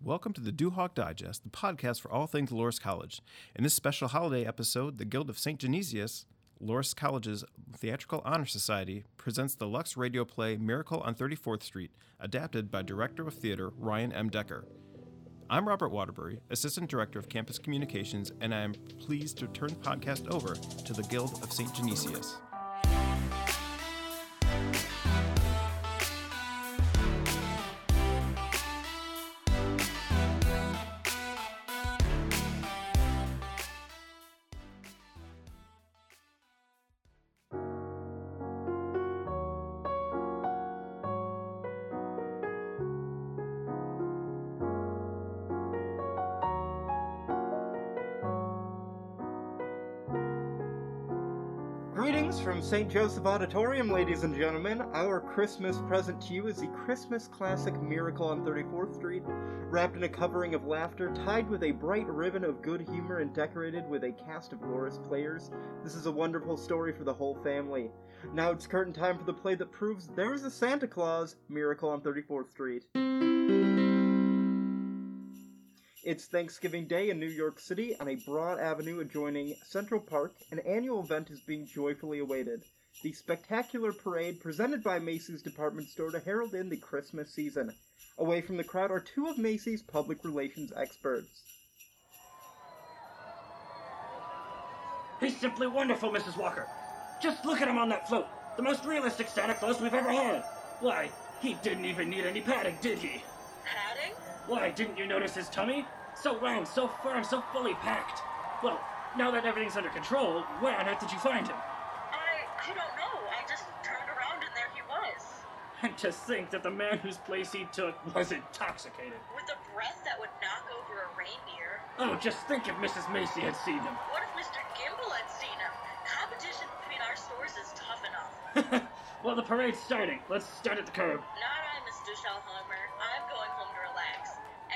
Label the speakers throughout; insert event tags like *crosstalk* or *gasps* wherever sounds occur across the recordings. Speaker 1: Welcome to the Dewhawk Digest, the podcast for all things Loris College. In this special holiday episode, the Guild of St. Genesius, Loris College's Theatrical Honor Society, presents the Lux radio play Miracle on 34th Street, adapted by director of theater Ryan M. Decker. I'm Robert Waterbury, Assistant Director of Campus Communications, and I am pleased to turn the podcast over to the Guild of St. Genesius.
Speaker 2: Greetings from St. Joseph Auditorium, ladies and gentlemen. Our Christmas present to you is the Christmas classic Miracle on 34th Street, wrapped in a covering of laughter, tied with a bright ribbon of good humor, and decorated with a cast of Loris players. This is a wonderful story for the whole family. Now it's curtain time for the play that proves there is a Santa Claus, Miracle on 34th Street. It's Thanksgiving Day in New York City on a broad avenue adjoining Central Park. An annual event is being joyfully awaited. The spectacular parade presented by Macy's department store to herald in the Christmas season. Away from the crowd are two of Macy's public relations experts.
Speaker 3: He's simply wonderful, Mrs. Walker. Just look at him on that float. The most realistic Santa Claus we've ever had. Why, he didn't even need any padding, did he?
Speaker 4: Padding?
Speaker 3: Why, didn't you notice his tummy? So round, so firm, so fully packed. Well, now that everything's under control, where on earth did you find him?
Speaker 4: I I don't know. I just turned around and there he was.
Speaker 3: And to think that the man whose place he took was intoxicated.
Speaker 4: With a breath that would knock over a reindeer.
Speaker 3: Oh, just think if Mrs. Macy had seen him.
Speaker 4: What if Mr. Gimble had seen him? Competition between our stores is tough
Speaker 3: *laughs*
Speaker 4: enough.
Speaker 3: well, the parade's starting. Let's start at the curb.
Speaker 4: Not I, Mr. Schellheimer. I'm going home to relax.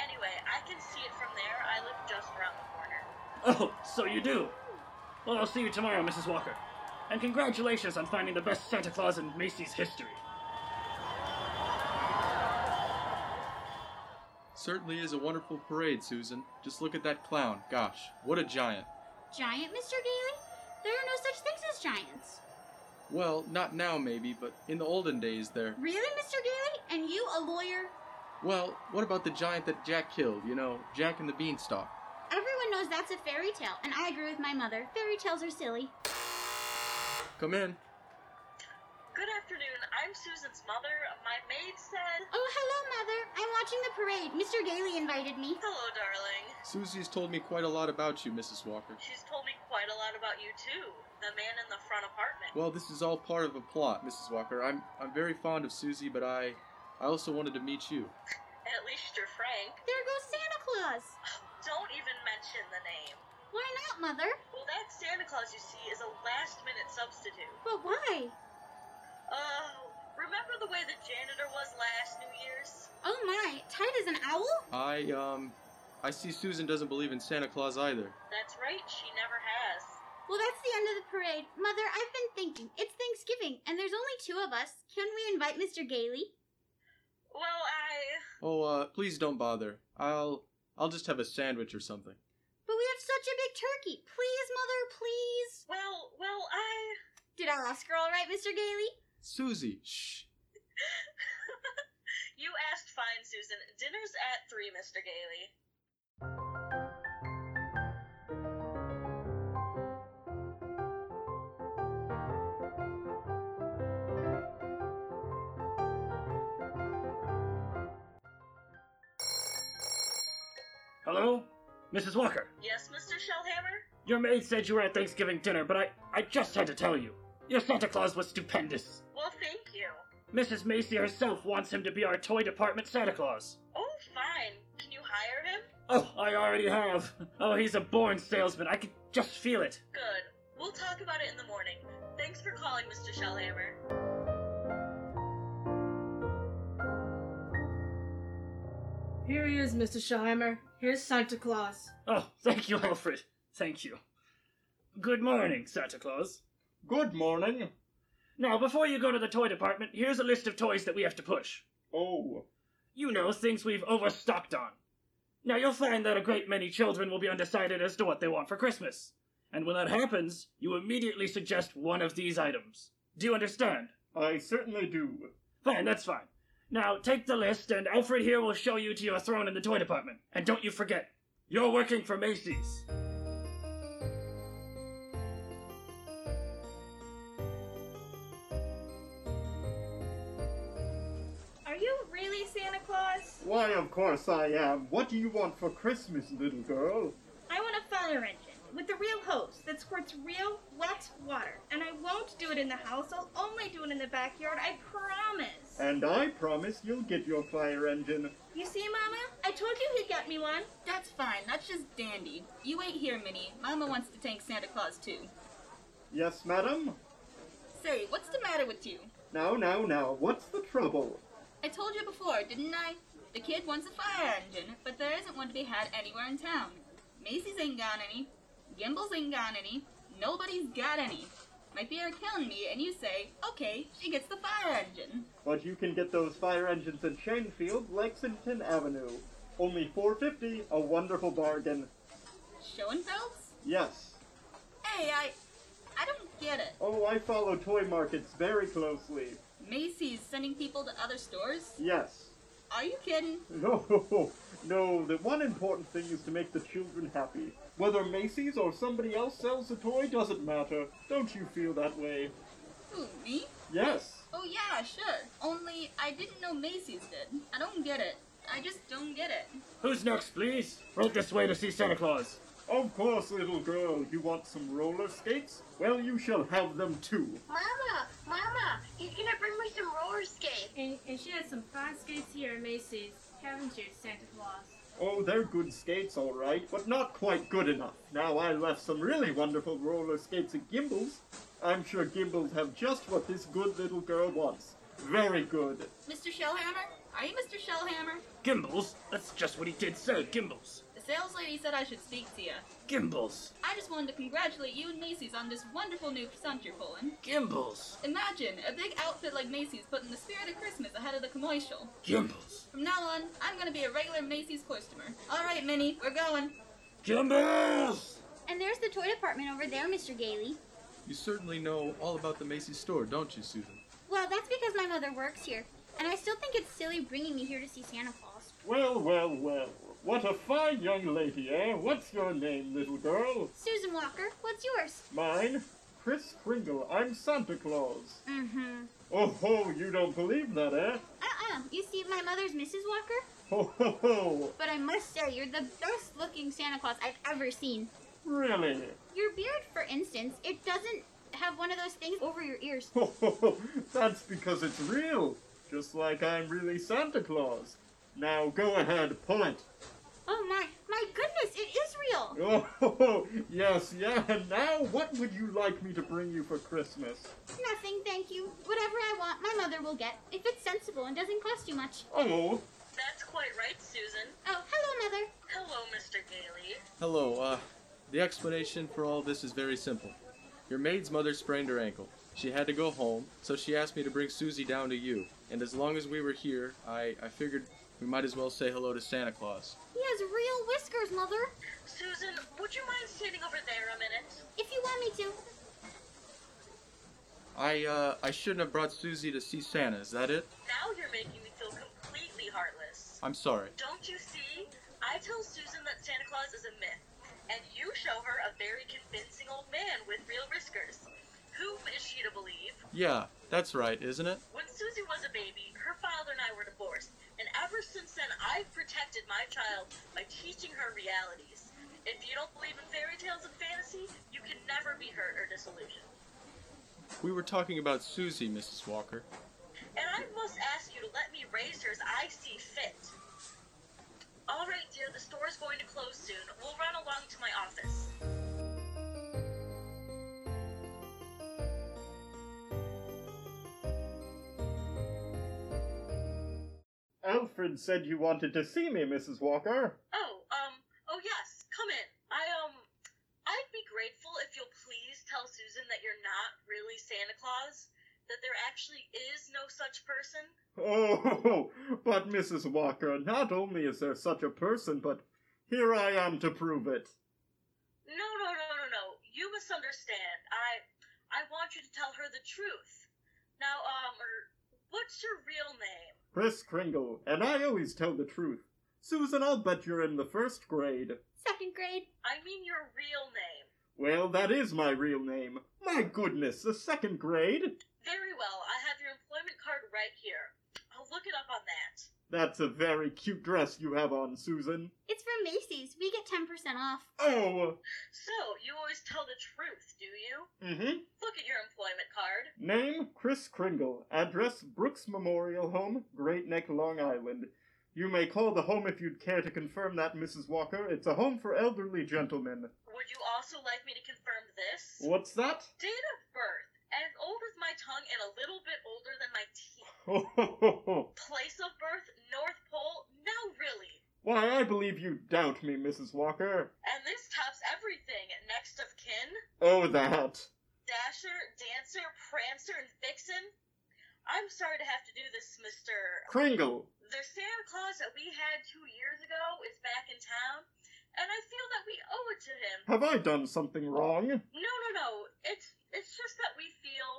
Speaker 4: Anyway, I can see it from there. I live just around the corner.
Speaker 3: Oh, so you do. Well, I'll see you tomorrow, Mrs. Walker. And congratulations on finding the best Santa Claus in Macy's history.
Speaker 5: Certainly is a wonderful parade, Susan. Just look at that clown. Gosh, what a giant.
Speaker 6: Giant, Mr. Gailey? There are no such things as giants.
Speaker 5: Well, not now maybe, but in the olden days there.
Speaker 6: Really, Mr. Gailey? And you, a lawyer?
Speaker 5: Well, what about the giant that Jack killed? You know, Jack and the Beanstalk.
Speaker 6: Everyone knows that's a fairy tale, and I agree with my mother. Fairy tales are silly.
Speaker 5: Come in.
Speaker 4: Good afternoon. I'm Susan's mother. My maid said.
Speaker 6: Oh, hello, Mother. I'm watching the parade. Mr. Gailey invited me.
Speaker 4: Hello, darling.
Speaker 5: Susie's told me quite a lot about you, Mrs. Walker.
Speaker 4: She's told me quite a lot about you, too. The man in the front apartment.
Speaker 5: Well, this is all part of a plot, Mrs. Walker. I'm I'm very fond of Susie, but I I also wanted to meet you.
Speaker 4: At least you're frank.
Speaker 6: There goes Santa Claus.
Speaker 4: Don't even mention the name.
Speaker 6: Why not, Mother?
Speaker 4: Well, that Santa Claus you see is a last minute substitute.
Speaker 6: But why?
Speaker 4: Oh, remember the way the janitor was last New Year's?
Speaker 6: Oh my, tight as an owl?
Speaker 5: I um I see Susan doesn't believe in Santa Claus either.
Speaker 4: That's right, she never has.
Speaker 6: Well, that's the end of the parade. Mother, I've been thinking. It's Thanksgiving, and there's only two of us. Can we invite Mr. Gailey?
Speaker 4: Well, I.
Speaker 5: Oh, uh please don't bother. I'll I'll just have a sandwich or something.
Speaker 6: But we have such a big turkey. Please, Mother, please.
Speaker 4: Well, well, I.
Speaker 6: Did I ask her all right, Mr. Gailey?
Speaker 5: Susie, shh.
Speaker 4: You asked fine, Susan. Dinner's at three, Mr. Gailey.
Speaker 3: Hello? Mrs. Walker,
Speaker 4: Yes, Mr. Shellhammer?
Speaker 3: your maid said you were at Thanksgiving dinner, but I, I just had to tell you. Your Santa Claus was stupendous.
Speaker 4: Well, thank you.
Speaker 3: Mrs. Macy herself wants him to be our toy department Santa Claus.
Speaker 4: Oh, fine. Can you hire him?
Speaker 3: Oh, I already have. Oh, he's a born salesman. I could just feel it.
Speaker 4: Good. We'll talk about it in the morning. Thanks for calling, Mr. Shellhammer.
Speaker 7: Here he is, Mr. Scheimer. Here's Santa Claus.
Speaker 3: Oh, thank you, Alfred. Thank you. Good morning, Santa Claus.
Speaker 2: Good morning.
Speaker 3: Now, before you go to the toy department, here's a list of toys that we have to push.
Speaker 2: Oh,
Speaker 3: You know, things we've overstocked on. Now you'll find that a great many children will be undecided as to what they want for Christmas. And when that happens, you immediately suggest one of these items. Do you understand?
Speaker 8: I certainly do.
Speaker 3: Fine, that's fine. Now take the list, and Alfred here will show you to your throne in the toy department. And don't you forget, you're working for Macy's.
Speaker 9: Are you really Santa Claus?
Speaker 8: Why, of course I am. What do you want for Christmas, little girl?
Speaker 9: I want a fire engine with a real hose that squirts real wet water. And I won't do it in the house, I'll only do it in the backyard, I promise.
Speaker 8: And I promise you'll get your fire engine.
Speaker 9: you see, Mama? I told you he'd get me one.
Speaker 10: That's fine. That's just dandy. You wait here, Minnie. Mama wants to thank Santa Claus too.
Speaker 8: Yes, madam?
Speaker 10: Say, what's the matter with you?
Speaker 8: Now, now, now, what's the trouble?
Speaker 10: I told you before, didn't I? The kid wants a fire engine, but there isn't one to be had anywhere in town. Macy's ain't got any. Gimbel's ain't got any. Nobody's got any. My feet are killing me, and you say, okay, she gets the fire engine.
Speaker 8: But you can get those fire engines in Shanefield, Lexington Avenue. Only 450, a wonderful bargain.
Speaker 10: Schoenfeld's?
Speaker 8: Yes.
Speaker 10: Hey, I. I don't get it.
Speaker 8: Oh, I follow toy markets very closely.
Speaker 10: Macy's sending people to other stores?
Speaker 8: Yes. *laughs*
Speaker 10: Are you kidding?
Speaker 8: No, no, the one important thing is to make the children happy. Whether Macy's or somebody else sells the toy doesn't matter. Don't you feel that way?
Speaker 10: Who, me?
Speaker 8: Yes.
Speaker 10: Oh, yeah, sure. Only I didn't know Macy's did. I don't get it. I just don't get it.
Speaker 3: Who's next, please? Right this way to see Santa Claus.
Speaker 8: Of course, little girl. You want some roller skates? Well, you shall have them too.
Speaker 4: Mama, Mama, he's gonna bring me some roller skates.
Speaker 7: And, and she has some fine skates here at Macy's, haven't you, Santa Claus?
Speaker 8: Oh, they're good skates, all right, but not quite good enough. Now, I left some really wonderful roller skates at Gimbel's. I'm sure Gimbel's have just what this good little girl wants. Very good.
Speaker 10: Mr. Shellhammer? Are you Mr. Shellhammer?
Speaker 3: Gimbals? That's just what he did say, Gimbals.
Speaker 10: The sales lady said I should speak to you.
Speaker 3: Gimbals.
Speaker 10: I just wanted to congratulate you and Macy's on this wonderful new stunt you're pulling.
Speaker 3: Gimbals.
Speaker 10: Imagine a big outfit like Macy's putting the spirit of Christmas ahead of the commercial.
Speaker 3: Gimbals.
Speaker 10: From now on, I'm gonna be a regular Macy's customer. All right, Minnie, we're going.
Speaker 3: Gimbals!
Speaker 6: And there's the toy department over there, Mr. Gailey.
Speaker 5: You certainly know all about the Macy's store, don't you, Susan?
Speaker 6: Well, that's because my mother works here, and I still think it's silly bringing me here to see Santa Claus.
Speaker 8: Well, well, well. What a fine young lady, eh? What's your name, little girl?
Speaker 6: Susan Walker, what's yours?
Speaker 8: Mine? Chris Kringle. I'm Santa Claus.
Speaker 6: Mm-hmm.
Speaker 8: Oh ho, you don't believe that, eh?
Speaker 6: Uh-uh. You see, my mother's Mrs. Walker,
Speaker 8: Ho ho ho.
Speaker 6: but I must say you're the best-looking Santa Claus I've ever seen.
Speaker 8: Really?
Speaker 6: Your beard, for instance, it doesn't have one of those things over your ears.
Speaker 8: Ho ho ho. *laughs* That's because it's real. Just like I'm really Santa Claus. Now go ahead, pull it.
Speaker 6: Oh my, my goodness, it is real.
Speaker 8: *laughs* Oh ho ho. Yes, yeah. And now what would you like me to bring you for Christmas?
Speaker 6: Nothing, thank you. Whatever I want, my mother will get if it's sensible and doesn't cost you much.
Speaker 8: Oh.
Speaker 10: That's quite right, Susan.
Speaker 6: Oh, hello, mother.
Speaker 10: Hello, Mr. Gailey.
Speaker 5: Hello, uh, the explanation for all this is very simple. Your maid's mother sprained her ankle. She had to go home, so she asked me to bring Susie down to you. And as long as we were here, I, I figured we might as well say hello to Santa Claus.
Speaker 6: He has real whiskers, mother.
Speaker 10: Susan, would you mind standing over there a minute?
Speaker 6: If you want me to.
Speaker 5: I, uh, I shouldn't have brought Susie to see Santa, is that it?
Speaker 10: Now you're making me feel completely heartless.
Speaker 5: I'm sorry.
Speaker 10: Don't you see? I tell Susan that Santa Claus is a myth, and you show her a very convincing old man with real whiskers. Whom is she to believe?
Speaker 5: Yeah, that's right, isn't it?
Speaker 10: When Susie was a baby, her father and I were divorced, and ever since then, I've protected my child by teaching her realities. If you don't believe in fairy tales and fantasy, you can never be hurt or disillusioned.
Speaker 5: We were talking about Susie, Mrs. Walker.
Speaker 10: And I must ask you to let me raise her as I see fit. All right, dear, the store's going to close soon. We'll run along to my office.
Speaker 8: Alfred said you wanted to see me, Mrs. Walker. *laughs*
Speaker 10: Oh, um, oh yes, come in. I, um, I'd be grateful if you'll please tell Susan that you're not really Santa Claus, that there actually is no such person.
Speaker 8: Oh, but Mrs. Walker, not only is there such a person, but Here I am to prove it.
Speaker 4: No, no, no, no, no. You misunderstand. I, I want you to tell her the truth. Now, um, er, what's your real name?
Speaker 8: Chris Kringle, and I always tell the truth. Susan, I'll bet you're in the first grade.
Speaker 6: Second grade.
Speaker 4: I mean your real name.
Speaker 8: Well, that is my real name. My goodness, the second grade?
Speaker 4: Very well. I have your employment card right here. I'll look it up on that.
Speaker 8: That's a very cute dress you have on, Susan.
Speaker 6: It's from Macy's. We get 10% off.
Speaker 8: Oh!
Speaker 4: So, you always tell the truth, do you?
Speaker 8: Mm-hmm.
Speaker 4: Look at your employment card.
Speaker 8: Name Chris Kringle. Address Brooks Memorial Home, Great Neck, Long Island. You may call the home if you'd care to confirm that, Mrs. Walker. It's a home for elderly gentlemen.
Speaker 4: Would you also like me to confirm this?
Speaker 8: What's that?
Speaker 4: Date of birth. As old as my tongue and a little bit older than my teeth.
Speaker 8: Ho ho ho ho.
Speaker 4: Place of birth, North Pole? No, really.
Speaker 8: Why, I believe you doubt me, Mrs. Walker.
Speaker 4: And this tops everything. Next of kin?
Speaker 8: Oh, that.
Speaker 4: Dasher, Dancer, Prancer, and Vixen? I'm sorry to have to do this, Mr.
Speaker 8: Kringle.
Speaker 4: The Santa Claus that we had two years ago is back in town, and I feel that we owe it to him.
Speaker 8: Have I done something wrong?
Speaker 4: No, no, no. It's it's just that we feel.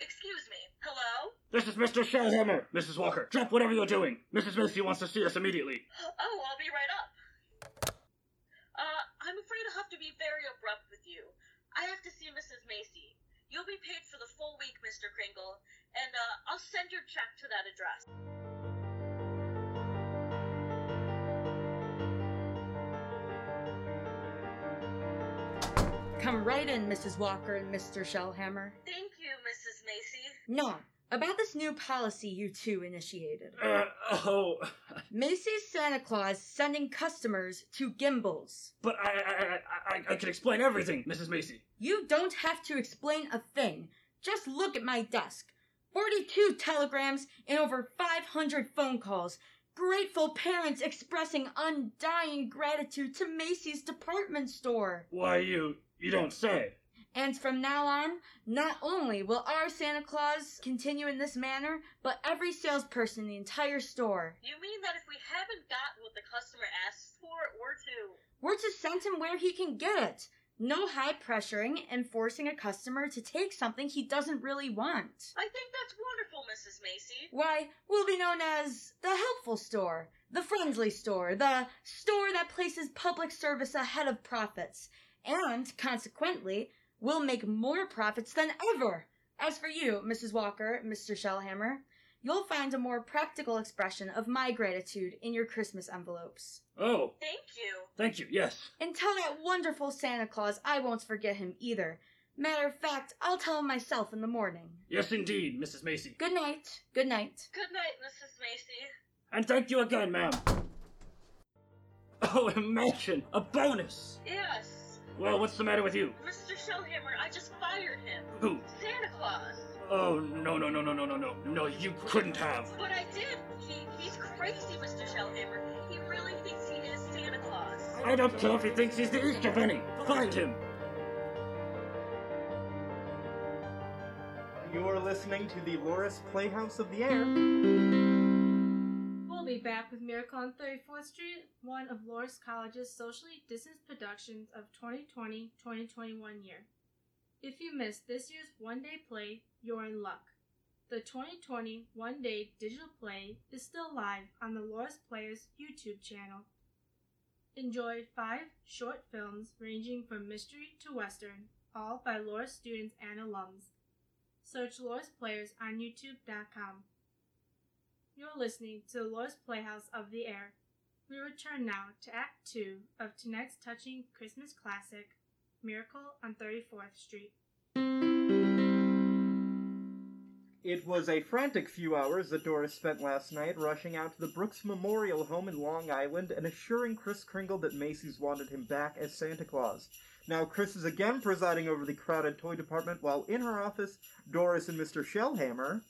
Speaker 4: Excuse me. Hello?
Speaker 3: This is Mr. Shellhammer. Mrs. Walker, drop whatever you're doing. Mrs. Macy wants to see us immediately.
Speaker 4: Oh, I'll be right up. Uh, I'm afraid I'll have to be very abrupt with you. I have to see Mrs. Macy. You'll be paid for the full week, Mr. Kringle, and uh, I'll send your check to that address.
Speaker 11: Come right in, Mrs. Walker and Mr. Shellhammer.
Speaker 4: Thank you, Mrs. Macy.
Speaker 11: Now, about this new policy you two initiated.
Speaker 3: Uh, oh,
Speaker 11: Macy's Santa Claus sending customers to Gimbals.
Speaker 3: but I, I, I, I, I can explain everything, Mrs. Macy.
Speaker 11: You don't have to explain a thing. Just look at my desk. 42 telegrams and over 500 phone calls. Grateful parents expressing undying gratitude to Macy's department store.
Speaker 3: Why, you, you don't say.
Speaker 11: And from now on, not only will our Santa Claus continue in this manner, but every salesperson in the entire store.
Speaker 4: You mean that if we haven't got what the customer asks for, we're to.
Speaker 11: We're to send him where he can get it. No high pressuring and forcing a customer to take something he doesn't really want.
Speaker 4: I think that's wonderful, Mrs. Macy.
Speaker 11: Why, we'll be known as the helpful store, the friendly store, the store that places public service ahead of profits, and consequently, will make more profits than ever. As for you, Mrs. Walker, Mr. Shellhammer, you'll find a more practical expression of my gratitude in your Christmas envelopes.
Speaker 3: Oh,
Speaker 4: Thank you.
Speaker 3: thank you, yes.
Speaker 11: And tell that wonderful Santa Claus I won't forget him either. Matter of fact, I'll tell him myself in the morning.
Speaker 3: Yes, indeed, Mrs. Macy.
Speaker 11: Good night. Good night.
Speaker 4: Good night, Mrs. Macy.
Speaker 3: And thank you again, ma'am. Oh, imagine! A bonus!
Speaker 4: Yes.
Speaker 3: Well, what's the matter with you?
Speaker 4: Mr. Shellhammer, I just fired him.
Speaker 3: Who?
Speaker 4: Santa Claus.
Speaker 3: Oh, no, no, no, no, no, no, no. No, you couldn't have.
Speaker 4: But I did. He, he's crazy, Mr. Shellhammer. He really thinks he is Santa Claus.
Speaker 3: I don't care if he thinks he's the Easter Bunny. Find him.
Speaker 8: You're listening to the Loris Playhouse of the Air.
Speaker 7: We'll be back with Miracle on 34th Street, one of Loris College's socially distanced productions of 2020 2021 year. If you missed this year's one day play, you're in luck. The 2020 one day digital play is still live on the Loris Players YouTube channel. Enjoy five short films ranging from mystery to western, all by Loris students and alums. Search Loris Players on YouTube.com. You're listening to the Lois Playhouse of the Air. We return now to Act 2 of tonight's touching Christmas classic, Miracle on 34th Street.
Speaker 8: It was a frantic few hours that Doris spent last night rushing out to the Brooks Memorial Home in Long Island and assuring Chris Kringle that Macy's wanted him back as Santa Claus. Now, Chris is again presiding over the crowded toy department while in her office, Doris and Mr. Shellhammer.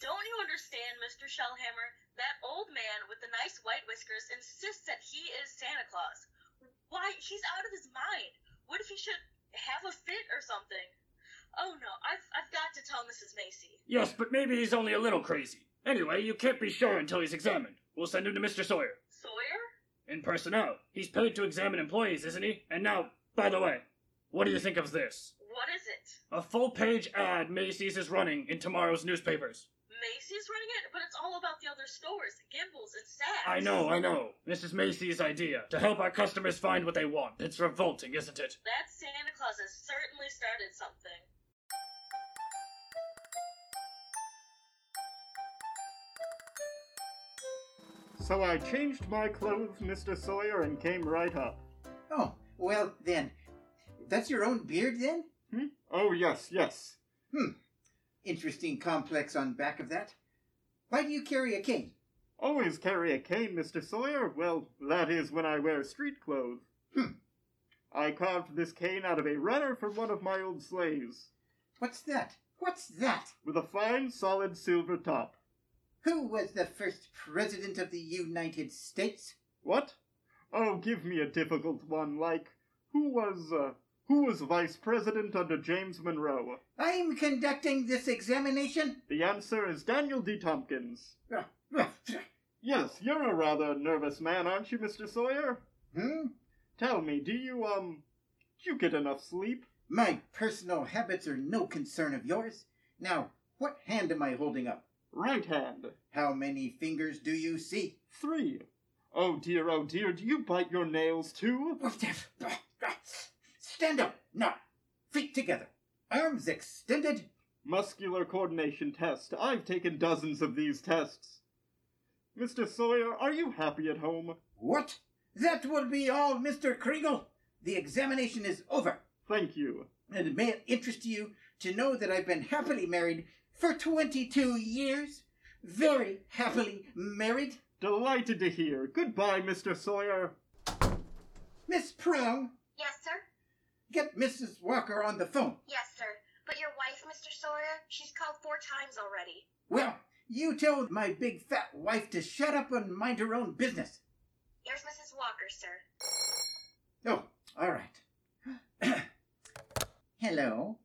Speaker 4: Don't you understand, Mr. Shellhammer? That old man with the nice white whiskers insists that he is Santa Claus. Why, he's out of his mind. What if he should have a fit or something? Oh no, I've, I've got to tell Mrs. Macy.
Speaker 3: Yes, but maybe he's only a little crazy. Anyway, you can't be sure until he's examined. We'll send him to Mr. Sawyer.
Speaker 4: Sawyer?
Speaker 3: In in personnel. He's paid to examine employees, isn't he? And now, by the way, what do you think of this?
Speaker 4: What is it?
Speaker 3: A full page ad Macy's is running in tomorrow's newspapers.
Speaker 4: Macy's running it, but it's all about the other stores, Gimbals and Saks.
Speaker 3: I know, I know. This is Macy's idea to help our customers find what they want. It's revolting, isn't it?
Speaker 4: That Santa Claus has certainly started something.
Speaker 8: So I changed my clothes, Mr. Sawyer, and came right up.
Speaker 12: Oh, well then. That's your own beard then?
Speaker 8: Hmm? Oh, yes, yes.
Speaker 12: Hmm. Interesting complex on back of that. Why do you carry a cane?
Speaker 8: Always carry a cane, Mr. Sawyer. Well, that is when I wear street clothes.
Speaker 12: Hmm.
Speaker 8: I carved this cane out of a runner from one of my old slaves.
Speaker 12: What's that? What's that?
Speaker 8: With a fine, solid silver top.
Speaker 12: Who was the first president of the United States?
Speaker 8: What? Oh, give me a difficult one, like who was uh, who was vice president under James Monroe?
Speaker 12: I'm conducting this examination. Ah,
Speaker 8: The answer is Daniel D. Tompkins.
Speaker 12: Hmm?
Speaker 8: Yes, you're a rather nervous man, aren't you, Mr. Sawyer?
Speaker 12: Hmm?
Speaker 8: Tell me, do you um, do you get enough sleep?
Speaker 12: My personal habits are no concern of yours. Now, what hand am I holding up?
Speaker 8: Right hand,
Speaker 12: How many fingers do you see?
Speaker 8: three. Oh dear, oh dear, do you bite your nails too?
Speaker 12: Stand up. Now, feet together, arms extended.
Speaker 8: Muscular coordination test. I've taken dozens of these tests. Mr. Sawyer, are you happy at home?
Speaker 12: What? That will be all, Mr. Kriegel. The examination is over.
Speaker 8: Thank you.
Speaker 12: And may it interest you to know that I've been happily married for 22 years. Very happily married.
Speaker 8: Delighted to hear. Goodbye, Mr. Sawyer.
Speaker 12: Miss Prong,
Speaker 4: Yes, sir.
Speaker 12: get Mrs. Walker on the phone.
Speaker 4: Yes, sir. But your wife, Mr. Sawyer, she's called four times already.
Speaker 12: Well, you tell my big fat wife to shut up and mind her own business.
Speaker 4: Here's Mrs. Walker, sir.
Speaker 12: Oh, all right. *clears throat* Hello.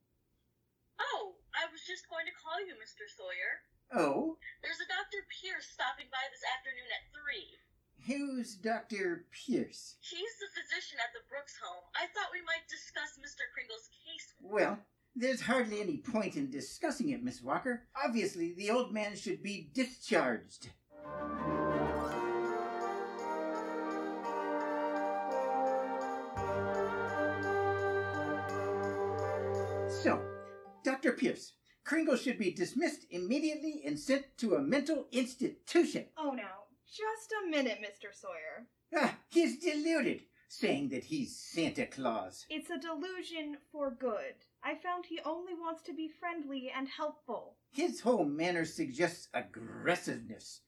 Speaker 4: Oh, I was just going to call you, Mr. Sawyer.
Speaker 12: Oh,
Speaker 4: There's a Dr. Pierce stopping by this afternoon at 3.
Speaker 12: who's Dr. Pierce?
Speaker 4: He's the physician at the Brooks home. I thought we might discuss Mr. Kringle's case.
Speaker 12: Well, there's hardly any point in discussing it, Miss Walker. Obviously, the old man should be discharged. So, Dr. Pierce, Kringle should be dismissed immediately and sent to a mental institution.
Speaker 9: Oh no, just a minute, Mr. Sawyer.
Speaker 12: Ah, he's deluded, saying that he's Santa Claus.
Speaker 9: It's a delusion for good. I found he only wants to be friendly and helpful.
Speaker 12: His whole manner suggests aggressiveness.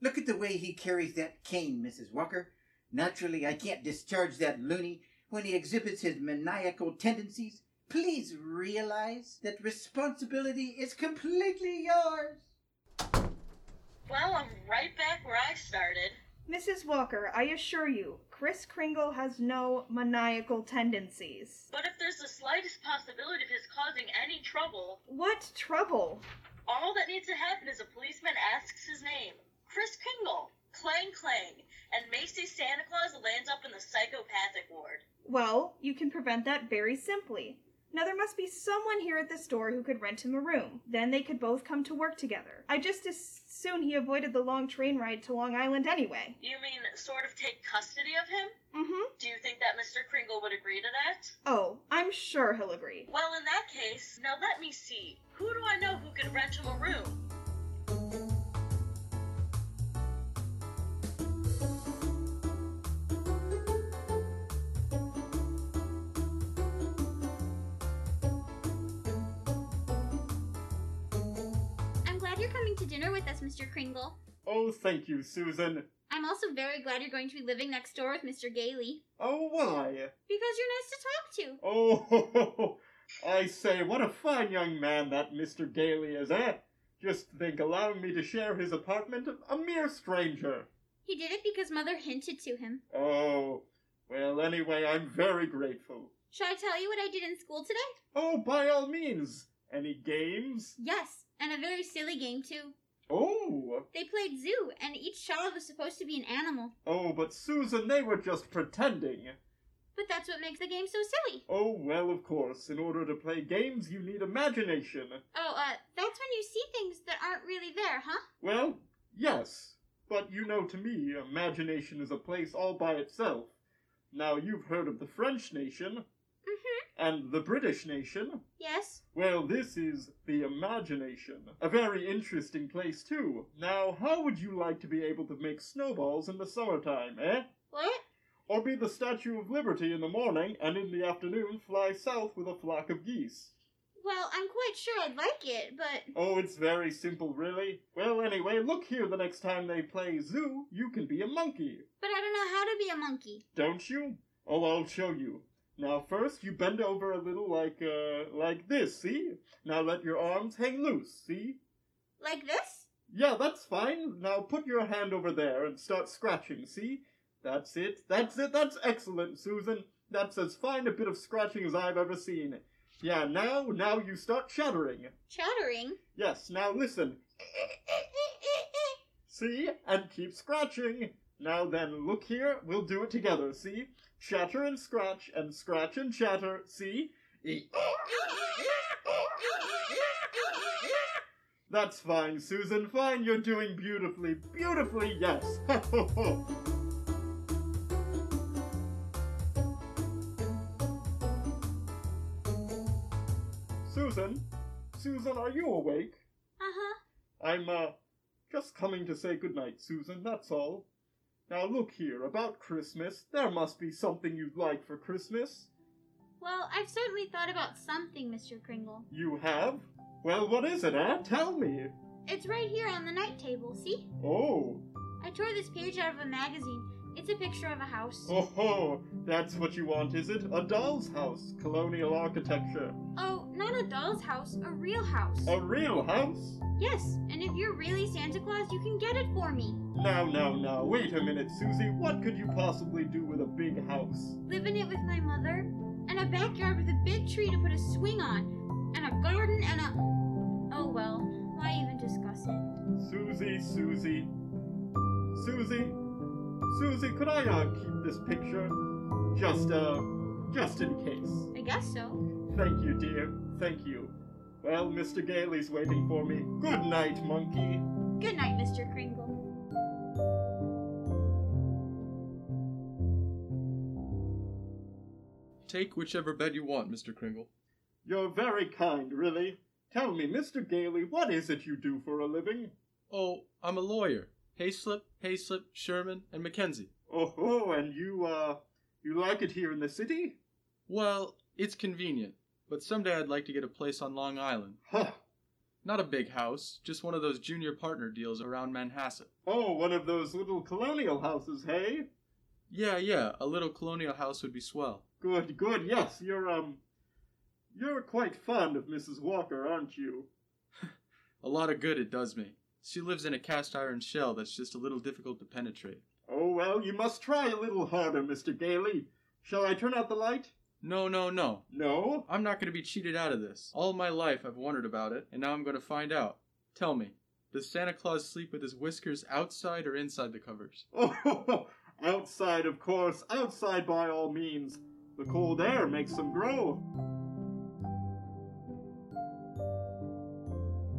Speaker 12: Look at the way he carries that cane, Mrs. Walker. Naturally, I can't discharge that loony when he exhibits his maniacal tendencies. Please realize that responsibility is completely yours.
Speaker 4: Well, I'm right back where I started.
Speaker 9: Mrs. Walker, I assure you, Chris Kringle has no maniacal tendencies.
Speaker 4: But if there's the slightest possibility of his causing any trouble,
Speaker 9: What trouble?
Speaker 4: all that needs to happen is a policeman asks his name. Chris Kringle. Clang clang. And Macy's Santa Claus lands up in the psychopathic ward.
Speaker 9: Well, you can prevent that very simply. Now, there must be someone here at the store who could rent him a room. Then they could both come to work together. I just as soon he avoided the long train ride to Long Island anyway.
Speaker 4: You mean sort of take custody of him?
Speaker 9: Mm hmm.
Speaker 4: Do you think that Mr. Kringle would agree to that?
Speaker 9: Oh, I'm sure he'll agree.
Speaker 4: Well, in that case, now let me see. Who do I know who could rent him a room?
Speaker 6: I'm glad you're coming to dinner with us, Mr. Kringle.
Speaker 8: Oh, thank you, Susan.
Speaker 6: I'm also very glad you're going to be living next door with Mr. Gailey.
Speaker 8: Oh, why?
Speaker 6: Because you're nice to talk to.
Speaker 8: Oh, *laughs* ho, ho, ho. I say, what a fine young man that Mr. Daly is, eh? Just think, allowing me to share his apartment, a mere stranger.
Speaker 6: He did it because Mother hinted to him.
Speaker 8: Oh, well, anyway, I'm very grateful.
Speaker 6: Shall I tell you what I did in school today?
Speaker 8: Oh, by all means. Any games?
Speaker 6: Yes, and a very silly game, too.
Speaker 8: Oh!
Speaker 6: They played zoo, and each child was supposed to be an animal.
Speaker 8: Oh, but Susan, they were just pretending.
Speaker 6: But that's what makes the game so silly.
Speaker 8: Oh, well, of course, in order to play games, you need imagination.
Speaker 6: Oh, uh, that's when you see things that aren't really there, huh?
Speaker 8: Well, yes, but you know, to me, imagination is a place all by itself. Now, you've heard of the French nation. And the British nation.
Speaker 6: Mm-hmm. Yes.
Speaker 8: Well, this is the imagination. A very interesting place, too. Now, how would you like to be able to make snowballs in the summertime, eh?
Speaker 6: What?
Speaker 8: Or be the Statue of Liberty in the morning and in the afternoon fly south with a flock of geese?
Speaker 6: Well, I'm quite sure I'd like it, but
Speaker 8: Oh, it's very simple, really. Well, anyway, look here the next time they play zoo, you can be a monkey.
Speaker 6: but I don't know how to be a monkey.
Speaker 8: Don't you? Oh, I'll show you. Now, first, you bend over a little like, uh, like this, see? Now let your arms hang loose, see?
Speaker 6: Like this?
Speaker 8: Yeah, that's fine. Now put your hand over there and start scratching, see? That's it. That's it. That's excellent, Susan. That's as fine a bit of scratching as I've ever seen. Yeah, now, now you start chattering.
Speaker 6: Chattering.
Speaker 8: Yes, now listen. See? And keep scratching. Now then, look here. We'll do it together, see? Chatter and scratch, and scratch and chatter, see? E- That's fine, Susan. Fine, you're doing beautifully. Beautifully, yes. *laughs* Susan? Susan, are you awake?
Speaker 6: Uh huh.
Speaker 8: I'm, uh, just coming to say goodnight, Susan, that's all. Now look here, about Christmas, there must be something you'd like for Christmas.
Speaker 6: Well, I've certainly thought about something, Mr. Kringle.
Speaker 8: You have? Well, what is it, eh? Tell me.
Speaker 6: It's right here on the night table, see?
Speaker 8: Oh,
Speaker 6: I tore this page out of a magazine. It's a picture of a house.
Speaker 8: oh ho, that's what you want, is it? A doll's house, colonial architecture.
Speaker 6: Oh, not a doll's house, a real house.
Speaker 8: A real house?
Speaker 6: Yes, and if you're really Santa Claus, you can get it for me.
Speaker 8: Now, now, now, wait a minute, Susie. What could you possibly do with a big house?
Speaker 6: Live in it with my mother, and a backyard with a big tree to put a swing on, and a garden and a. Oh well, why even discuss it?
Speaker 8: Susie, Susie. Susie, Susie, could I uh, keep this picture? Just, uh, just in case.
Speaker 6: I guess so.
Speaker 8: Thank you, dear. Thank you. Well, Mr. Gailey's waiting for me. Good night, monkey.
Speaker 6: Good night, Mr. Kringle.
Speaker 5: Take whichever bed you want, Mr. Kringle.
Speaker 8: You're very kind, really. Tell me, Mr. Gailey, what is it you do for a living?
Speaker 5: Oh, I'm a lawyer. Hayslip, Hayslip, Sherman, and Mackenzie.
Speaker 8: Oh, ho, and you, uh, you like it here in the city?
Speaker 5: Well, it's convenient, but someday I'd like to get a place on Long Island.
Speaker 8: Huh.
Speaker 5: Not a big house, just one of those junior partner deals around Manhasset.
Speaker 8: Oh, one of those little colonial houses, hey?
Speaker 5: Yeah, yeah, a little colonial house would be swell.
Speaker 8: Good, good. Yes, you're um, you're quite fond of Mrs. Walker, aren't you?
Speaker 5: A lot of good it does me. She lives in a cast iron shell that's just a little difficult to penetrate.
Speaker 8: Oh well, you must try a little harder, Mister Gailey. Shall I turn out the light? *laughs*
Speaker 5: No, no, no.
Speaker 8: No.
Speaker 5: I'm not going to be cheated out of this. All my life I've wondered about it, and now I'm going to find out. Tell me, does Santa Claus sleep with his whiskers outside or inside the covers?
Speaker 8: Oh, outside, of course. Outside, by all means. The cold air makes them grow.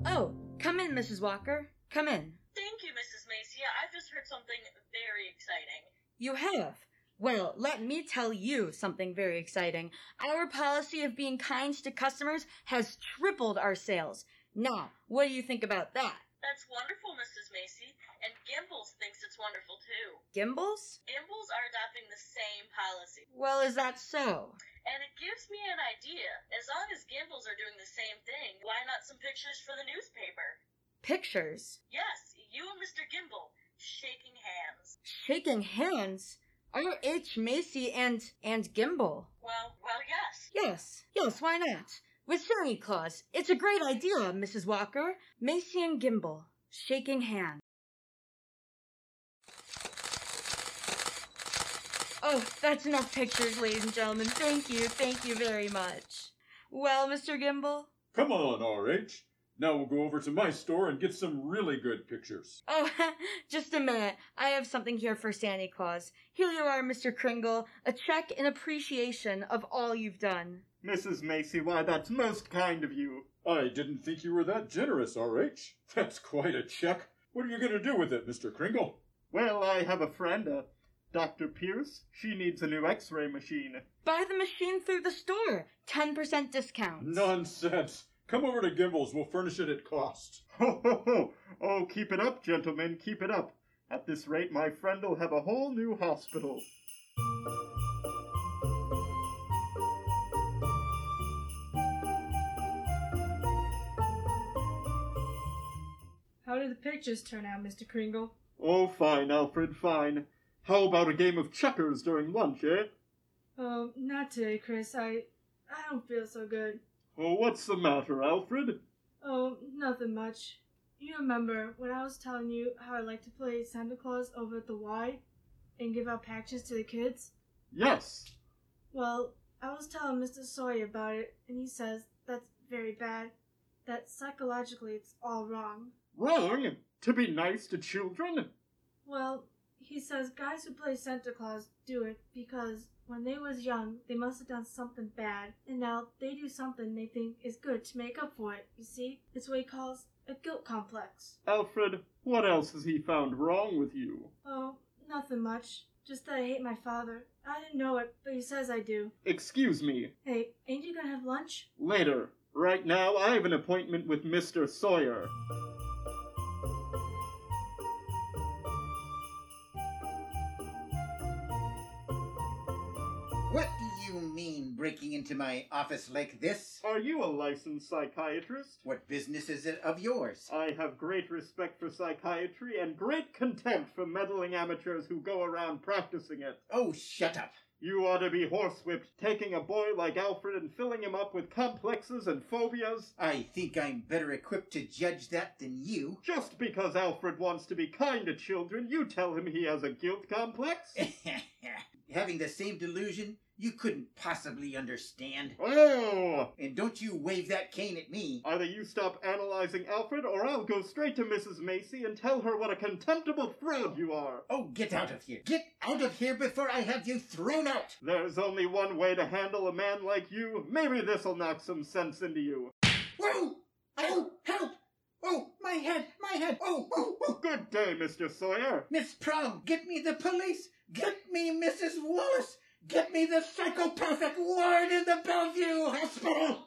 Speaker 11: Oh, come in, Mrs. Walker. Come in.
Speaker 4: Thank you, Mrs. Macy. I've just heard something very exciting.
Speaker 11: You have. Well, let me tell you something very exciting. Our policy of being kind to customers has tripled our sales. Now, what do you think about that?
Speaker 4: That's wonderful, Mrs. Macy. And Gimbals thinks it's wonderful, too.
Speaker 11: Gimbals?
Speaker 4: Gimbals are adopting the same policy.
Speaker 11: Well, is that so?
Speaker 4: And it gives me an idea. As long as Gimbals are doing the same thing, why not some pictures for the newspaper?
Speaker 11: Pictures?
Speaker 4: Yes, you and Mr. Gimble shaking hands.
Speaker 11: Shaking hands? R.H. Macy and, and Gimbal.
Speaker 4: Well, well, yes.
Speaker 11: Yes, yes, why not? With Santa Claus. It's a great idea, Mrs. Walker. Macy and Gimbal, shaking hands. Oh, that's enough pictures, ladies and gentlemen. Thank you, thank you very much. Well, Mr. Gimbal,
Speaker 2: Come on, R.H. Now we'll go over to my store and get some really good pictures.
Speaker 11: Oh, *laughs* just a minute. I have something here for Santa Claus. Here you are, Mr. Kringle, a check in appreciation of all you've done.
Speaker 8: Mrs. Macy, why, that's most kind of you.
Speaker 2: I didn't think you were that generous, R.H. That's quite a check. What are you going to do with it, Mr. Kringle?
Speaker 8: Well, I have a friend, uh, Dr. Pierce. She needs a new x ray machine.
Speaker 11: Buy the machine through the store. 10% discount.
Speaker 2: Nonsense. Come over to Gimbel's. We'll furnish it at cost.
Speaker 8: *laughs* Ho, ho, ho! Oh, keep it up, gentlemen, keep it up. At this rate, my friend'll have a whole new hospital.
Speaker 7: How do the pictures turn out, Mr. Kringle?
Speaker 8: Oh, fine, Alfred, fine. How about a game of checkers during lunch, eh?
Speaker 7: Oh, not today, Chris. I I don't feel so good.
Speaker 8: Oh, what's the matter, Alfred?
Speaker 7: Oh, nothing much. You remember when I was telling you how I like to play Santa Claus over at the Y and give out packages to the kids?
Speaker 8: Yes.
Speaker 7: Well, I was telling Mr. Sawyer about it, and he says that's very bad. That psychologically it's all wrong.
Speaker 8: Wrong? To be nice to children?
Speaker 7: Well, he says guys who play Santa Claus do it because when they was young, they must have done something bad, and now they do something they think is good to make up for it. You see, it's what he calls a guilt complex.
Speaker 8: Alfred, what else has he found wrong with you?
Speaker 7: Oh, nothing much. Just that I hate my father. I didn't know it, but he says I do.
Speaker 8: Excuse me.
Speaker 7: Hey, ain't you gonna have lunch?
Speaker 8: Later. Right now, I have an appointment with Mr. Sawyer.
Speaker 12: What do you mean breaking into my office like this?
Speaker 8: Are you a licensed psychiatrist?
Speaker 12: What business is it *laughs* of yours?
Speaker 8: I have great respect for psychiatry and great contempt for meddling amateurs who go around practicing it.
Speaker 12: Oh, shut up.
Speaker 8: You ought to be horsewhipped, taking a boy like Alfred and filling him up with complexes and phobias.
Speaker 12: I think I'm better equipped to judge that than you.
Speaker 8: Just because Alfred wants to be kind to children, you tell him he has a guilt
Speaker 12: *laughs*
Speaker 8: complex?
Speaker 12: Having the same delusion you couldn't possibly understand.
Speaker 8: Oh!
Speaker 12: And don't you wave that cane at me.
Speaker 8: Either you stop analyzing Alfred, or I'll go straight to Mrs. Macy and tell her what a contemptible fraud you are.
Speaker 12: Oh, get out of here. Get out of here before I have you thrown out.
Speaker 8: There's only one way to handle a man like you. Maybe this'll knock some sense into you.
Speaker 12: Whoa! Oh, help! Oh, my head, my head! Oh, oh, oh!
Speaker 8: Good day, Mr. Sawyer.
Speaker 12: Miss Prom, get me the police! Get me Mrs. Wallace! Get me the psychopathic ward in the Bellevue Hospital!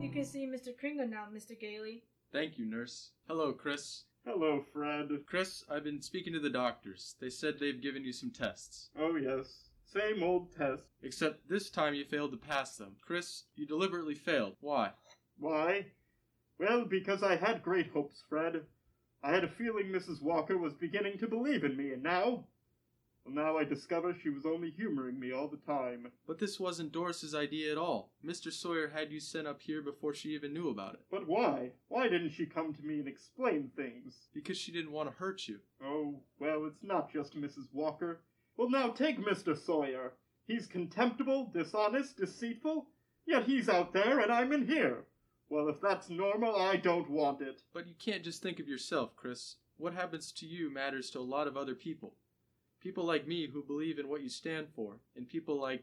Speaker 7: You can see Mr. Kringle now, Mr. Gailey.
Speaker 5: Thank you, nurse. Hello, Chris.
Speaker 8: Hello, Fred.
Speaker 5: Chris, I've been speaking to the doctors. They said they've given you some tests.
Speaker 8: Oh, yes. Same old test.
Speaker 5: Except this time you failed to pass them. Chris, you deliberately failed. Why?
Speaker 8: Why? Well, because I had great hopes, Fred. I had a feeling Mrs. Walker was beginning to believe in me, and now. Well, now I discover she was only humoring me all the time.
Speaker 5: But this wasn't Doris's idea at all. Mr. Sawyer had you sent up here before she even knew about it.
Speaker 8: But why? Why didn't she come to me and explain things?
Speaker 5: Because she didn't want to hurt you.
Speaker 8: Oh, well, it's not just Mrs. Walker. Well, now take Mr. Sawyer. He's contemptible, dishonest, deceitful, yet he's out there and I'm in here. Well, if that's normal, I don't want it.
Speaker 5: But you can't just think of yourself, Chris. What happens to you matters to a lot of other people. People like me who believe in what you stand for, and people like,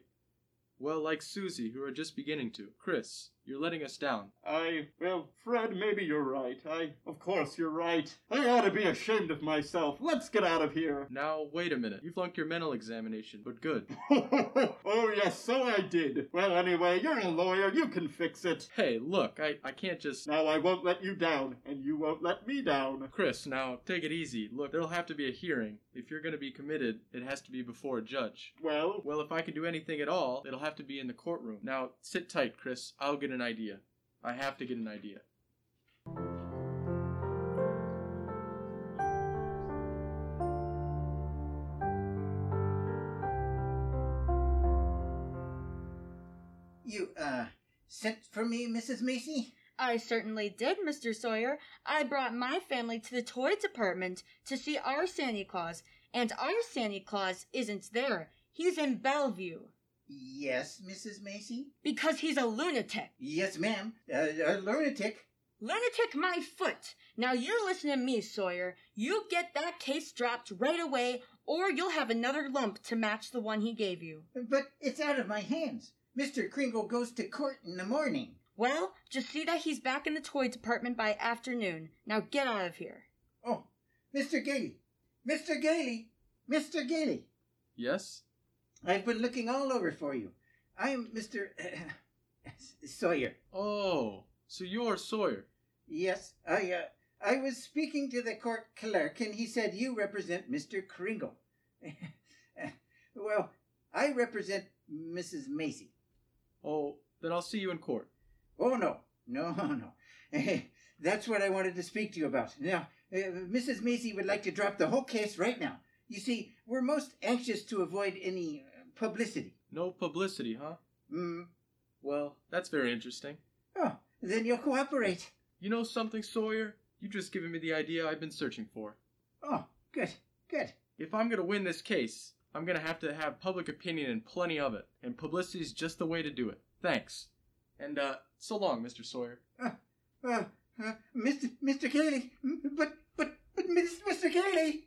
Speaker 5: well, like Susie who are just beginning to. Chris, you're letting us down.
Speaker 8: I, well, Fred, maybe you're right. I, of course, you're right. I ought to be ashamed of myself. Let's get out of here.
Speaker 5: Now, wait a minute. You flunked your mental examination, but good.
Speaker 8: *laughs* oh, yes, so I did. Well, anyway, you're a lawyer. You can fix it.
Speaker 5: Hey, look, I, I can't just.
Speaker 8: Now, I won't let you down, and you won't let me down.
Speaker 5: Chris, now, take it easy. Look, there'll have to be a hearing. If you're going to be committed, it has to be before a judge.
Speaker 8: Well?
Speaker 5: Well, if I can do anything at all, it'll have to be in the courtroom. Now, sit tight, Chris. I'll get an idea. I have to get an idea.
Speaker 12: You, uh, sent for me, Mrs. Macy?
Speaker 11: I certainly did, Mr. Sawyer. I brought my family to the toy department to see our Santa Claus, and our Santa Claus isn't there. He's in Bellevue.
Speaker 12: Yes, Mrs. Macy?
Speaker 11: Because he's a lunatic.
Speaker 12: Yes, ma'am. A, a lunatic.
Speaker 11: Lunatic, my foot. Now you're listening to me, Sawyer. You get that case dropped right away, or you'll have another lump to match the one he gave you.
Speaker 12: But it's out of my hands. Mr. Kringle goes to court in the morning.
Speaker 11: Well, just see that he's back in the toy department by afternoon. Now get out of here.
Speaker 12: Oh, Mr. Gailey. Mr. Gailey. Mr. Gailey.
Speaker 5: Yes?
Speaker 12: I've been looking all over for you. I am Mr. *laughs* Sawyer.
Speaker 5: Oh, so you're Sawyer.
Speaker 12: Yes, I, uh, I was speaking to the court clerk, and he said you represent Mr. Kringle. *laughs* well, I represent Mrs. Macy.
Speaker 5: Oh, then I'll see you in court.
Speaker 12: Oh, no. No, *laughs* no. Hey, that's what I wanted to speak to you about. Now, uh, Mrs. Macy would like to drop the whole case right now. You see, we're most anxious to avoid any uh, publicity.
Speaker 5: No publicity, huh?
Speaker 12: Hmm.
Speaker 5: Well, that's very interesting.
Speaker 12: Oh, then you'll cooperate.
Speaker 5: You know something, Sawyer? You've just given me the idea I've been searching for.
Speaker 12: Oh, good, good.
Speaker 5: If I'm going to win this case, I'm going to have to have public opinion and plenty of it, and publicity's just the way to do it. Thanks. And, uh, so long, Mr. Sawyer.
Speaker 12: Uh, uh, uh, Mr. Mr. Cayley, but, but, but, Mr. Cayley!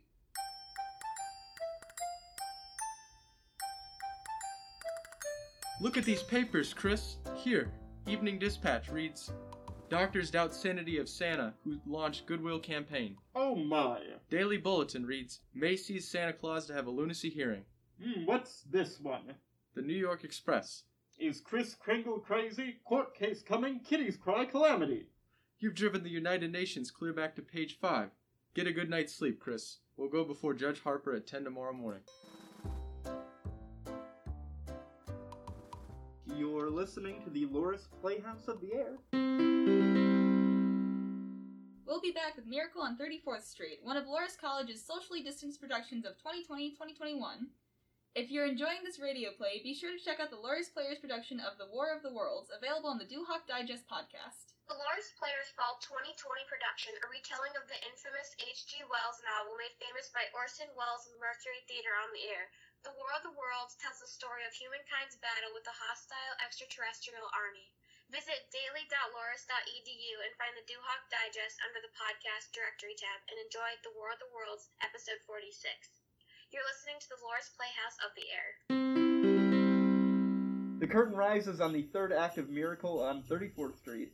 Speaker 5: Look at these papers, Chris. Here, Evening Dispatch reads Doctors doubt sanity of Santa who launched Goodwill campaign.
Speaker 2: Oh my.
Speaker 5: Daily Bulletin reads Macy's Santa Claus to have a lunacy hearing.
Speaker 2: Hmm, what's this one?
Speaker 5: The New York Express.
Speaker 2: Is Chris Kringle crazy? Court case coming, kitties cry calamity.
Speaker 5: You've driven the United Nations clear back to page 5. Get a good night's sleep, Chris. We'll go before Judge Harper at 10 tomorrow morning.
Speaker 8: You're listening to the Loris Playhouse of the Air.
Speaker 10: We'll be back with Miracle on 34th Street, one of Loris College's socially distanced productions of 2020 2021. If you're enjoying this radio play, be sure to check out the Loris Players production of The War of the Worlds, available on the Doohawk Digest podcast.
Speaker 4: The Loris Players Fall 2020 production, a retelling of the infamous H.G. Wells novel made famous by Orson Welles and Mercury Theater on the Air. The War of the Worlds tells the story of humankind's battle with a hostile extraterrestrial army. Visit daily.loris.edu E and find the Doohawk Digest under the podcast directory tab and enjoy The War of the Worlds, episode 46. You're listening to the Loris Playhouse of the Air.
Speaker 8: The curtain rises on the third act of Miracle on 34th Street.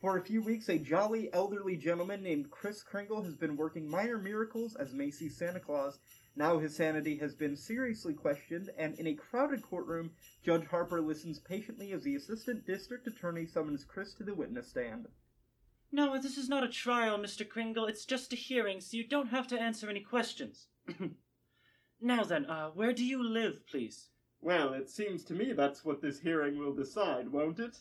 Speaker 8: For a few weeks, a jolly elderly gentleman named Chris Kringle has been working minor miracles as Macy's Santa Claus. Now his sanity has been seriously questioned, and in a crowded courtroom, Judge Harper listens patiently as the assistant district attorney summons Chris to the witness stand.
Speaker 13: No, this is not a trial, Mr. Kringle. It's just a hearing, so you don't have to answer any questions. *clears throat* Now then, uh, where do you live, please?
Speaker 2: Well, it seems to me that's what this hearing will decide, won't it?